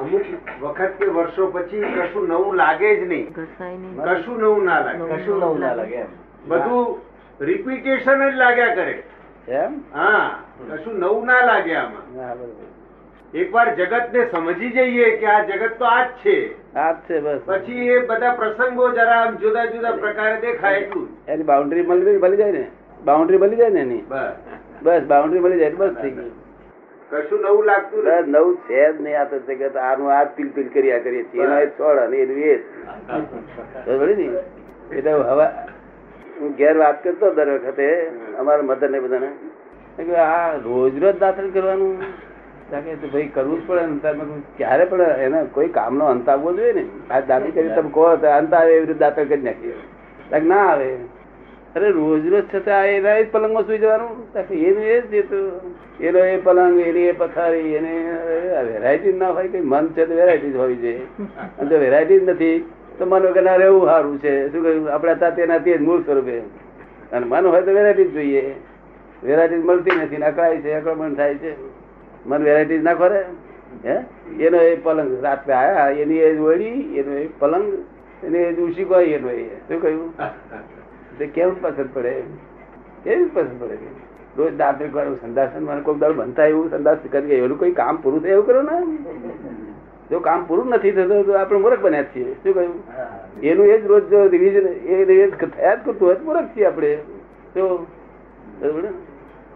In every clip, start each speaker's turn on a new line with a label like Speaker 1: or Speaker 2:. Speaker 1: અમુક વખત કે વર્ષો પછી કશું નવું લાગે જ નહીં
Speaker 2: ઘસાઈને
Speaker 1: કશું નવું ના લાગે
Speaker 3: કશું નવું ના લાગે એમ
Speaker 1: બધું રિપીટેશન જ લાગ્યા કરે
Speaker 3: એમ
Speaker 1: હા કશું નવું ના લાગે આમાં
Speaker 3: ના બરોબર
Speaker 1: એકવાર જગતને સમજી જઈએ કે આ જગત તો આ જ છે
Speaker 3: આ જ છે બસ
Speaker 1: પછી એ બધા પ્રસંગો જરા આમ જુદા જુદા પ્રકારે દેખાય એટલું જ.
Speaker 3: એની બાઉન્ડ્રી મળી મળી જાય ને બાઉન્ડ્રી મળી જાય ને એની
Speaker 1: બસ
Speaker 3: બસ બાઉન્ડ્રી મળી જાય એટલે બસ થઈ ગયું
Speaker 1: કશું નવું લાગતું
Speaker 3: બસ
Speaker 1: નથી.
Speaker 3: નવું છે જ નહીં આ તો જગત આનું આ જ પિલ પિલ કર્યા કરીએ છીએ એનો એ છોડ અને એનું એ જ. ખબર પડી ને? એટલે હવે હું ઘેર વાત કરતો દર વખતે અમારા મધર ને બધાને મેં કીધું, આ રોજ રોજ દાખલ કરવાનું ત્યાં કહે તો ભાઈ કરવું જ પડે ને ત્યારે મેં કીધું, ક્યારે પણ એને કોઈ કામનો અંત આવવો જોઈએ ને આ દાખલ કરી તમે કહો તો અંત આવે એવી રીતે દાખલ કરી નાખીએ ત્યાં કે ના આવે અરે રોજ રોજ છતાં એના એ જ પલંગમાં સુઈ જવાનું ત્યાં કે એનું એ જ જેતું એનો એ પલંગ એની એ પથારી એને વેરાયટી ના હોય કે મન છે તો વેરાયટી જ હોવી જોઈએ અને જો વેરાયટી જ નથી તો મન વગરના રહેવું સારું છે શું કહ્યું આપણે હતા તેનાથી જ મૂળ સ્વરૂપે અને મન હોય તો વેરાયટી જ જોઈએ વેરાયટી મળતી નથી ને અકળાય છે અકળમણ થાય છે મન વેરાયટી ના ખરે હે એનો એ પલંગ રાત્રે આયા એની એ જ ઓળી એનો એ પલંગ એની એ જ ઉશીકોય એનો એ શું કહ્યું તે કેમ પસંદ પડે કેવી પસંદ પડે રોજ દાંતરે કરો સંદાસન મને કોઈ દાડો બનતા એવું સંદાસ કરી એનું કોઈ કામ પૂરું થાય એવું કરો ને જો કામ પૂરું નથી થતું તો આપણે મૂર્ખ બન્યા જ છીએ શું કહ્યું એનું એ જ રોજ જો રિવિઝન એ રિવિઝન થયા જ કરતું હોય તો મૂર્ખ છીએ આપણે તો બરોબર ને?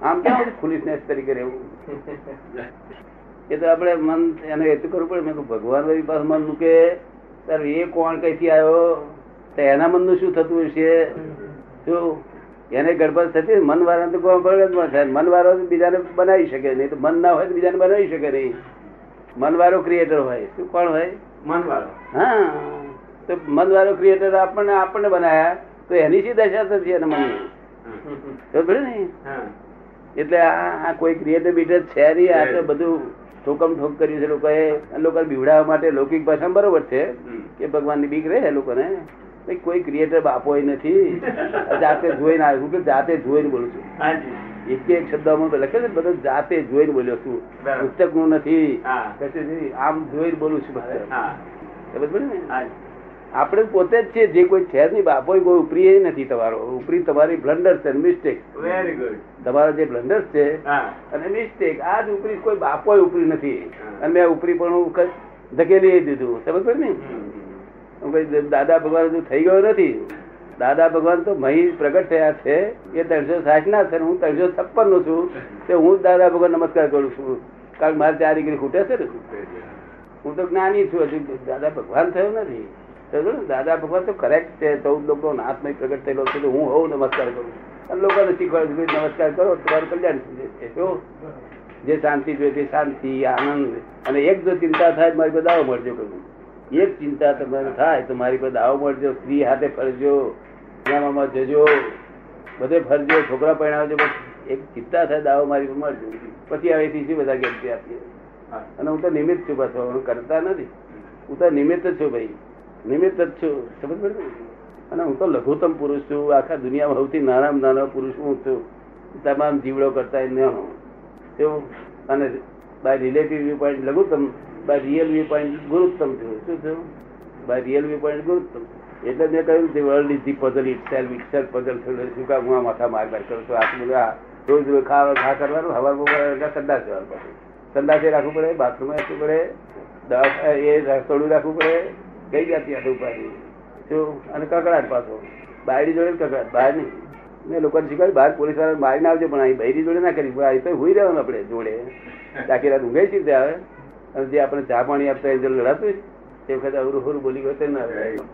Speaker 3: આમ ક્યાં બધું ફૂલિશનેસ તરીકે રહેવું એ તો આપણે મન એને એટલું કરવું પડે મેં કીધું ભગવાન વળી પાસે મન મૂકે તારું એ કોણ કઈથી આવ્યો તો એના મનનું શું થતું હશે જો એને ગડબડ થતી હોય, મન વાળા તો કોઈ ગડબડ માં થાય મન વાળો તો બીજાને બનાવી શકે નહીં તો મન ના હોય તો બીજાને બનાવી શકે નહીં મન વાળો ક્રિએટર હોય શું કોણ હોય
Speaker 1: મનવાળો
Speaker 3: હા તો મન વાળો ક્રિએટર આપણને આપણને બનાયા તો એની શી દશા થતી એના મનની ખબર પડી ને
Speaker 1: હા.
Speaker 3: એટલે આ આ કોઈ ક્રિએટર બીટર છે નહીં આ તો બધું ઠોકમ ઠોક કર્યું છે લોકોએ અને લોકોને બીવડાવવા માટે લૌકિક ભાષામાં બરોબર છે
Speaker 1: હમ.
Speaker 3: કે ભગવાનની બીક રહે લોકોને એ કોઈ ક્રિએટર બાપો નથી આ જાતે જોઈને આવ્યો છું કે જાતે જોઈને બોલું છું એક એક શબ્દમાં લખે છે ને બધું જાતે જોઈને બોલ્યો છું
Speaker 1: બરાબર.
Speaker 3: પુસ્તક નું નથી
Speaker 1: હા.
Speaker 3: કશું નથી. આમ જોઈને બોલું છું માત્ર.
Speaker 1: હા.
Speaker 3: ખબર પડી ને
Speaker 1: હા.
Speaker 3: આપણે પોતે જ છે જે કોઈ છે જ નહીં બાપો કોઈ ઉપરી એ નથી તમારો ઉપરી તમારી બ્લન્ડર છે મિસ્ટેક
Speaker 1: Very good.
Speaker 3: તમારા જે બ્લન્ડર છે
Speaker 1: હા.
Speaker 3: અને મિસ્ટેક આ જ ઉપરી કોઈ બાપોય ઉપરી નથી
Speaker 1: હા.
Speaker 3: અને મેં ઉપરી પણ હું ક- ધકેલી દીધું સમજ પડી ને
Speaker 1: હમ.
Speaker 3: હું કઈ દાદા ભગવાન હજુ થઈ ગયો નથી દાદા ભગવાન તો મહી પ્રગટ થયા છે એ ત્રણસો સાઠ ના છે ને હું ત્રણસો છપ્પન નો છું તે હું જ દાદા ભગવાન નમસ્કાર કરું છું કારણ કે મારે ચાર ડિગ્રી ખૂટે છે ને હું તો જ્ઞાની છું હજુ દાદા ભગવાન થયો નથી સમજો ને? દાદા ભગવાન તો કરેક્ટ છે ચૌદ લોકો નાથમય પ્રગટ થયેલો છે તો હું હોઉં નમસ્કાર કરું અને લોકોને શીખવાડું છું કે નમસ્કાર કરો તમારું કલ્યાણ થઈ જશે જો જે શાંતિ જોઈએ તે શાંતિ આનંદ અને એક જો ચિંતા થાય તો મારી પર દાવો મળજો કરું એક ચિંતા તમારે થાય તો મારી પર દાવો મળજો સ્ત્રી હાથે ફરજો ગામમાં જજો બધે ફરજો છોકરા પરણાવજો બસ એક ચિંતા થાય દાવો મારી પર મળજો પછી હવેથી શું બધા ગેરંટી આપીએ
Speaker 1: હા.
Speaker 3: અને હું તો નિમિત્ત છું પાછો હું કરતા નથી હું તો નિમિત્ત જ છું ભાઈ નિમિત્ત જ છું સમજ પડી ને? અને હું તો લઘુત્તમ પુરુષ છું આખા દુનિયામાં સૌથી નાનામાં નાનો પુરુષ હું છું તમામ જીવડો કરતા ન હું એવું અને બાય રિલેટિવ વ્યૂ પોઈન્ટ લઘુત્તમ બાય રિયલ વ્યૂ પોઈન્ટ ગુરુત્તમ છું શું છું બાય રિયલ વ્યૂ પોઈન્ટ ગુરુત્તમ એટલે મેં કહ્યું કે world is the puzzle itself itself puzzle થયું શું કામ હું આ માથા માર માર કરું છું આટલું બધું આ રોજ રોજ ખાવા ખા કરવાનું હવા બપોર સંદાસ જવાનું પડે સંદાસે રાખવું પડે બાથરૂમ રાખવું પડે દવા એ રસોડું રાખવું પડે કઈ જાતિ આટલું ઉપાડી શું અને કકડાટ પાછો બાયડી જોડે કકડાટ બહાર નહીં મેં લોકોને શીખવાડ્યું બહાર પોલીસ વાળા મારીને આવજો પણ અહીં બૈરી જોડે ના કરી અહીં તો હોઈ રહેવાનું આપણે જોડે ટાકી રાત ઊંઘે છે ત્યાં આવે અને જે આપણે ચા પાણી આપતા હોય, જે લડાતું હોય, તે વખતે અવરું બોલી ગયો તે ના લડાય.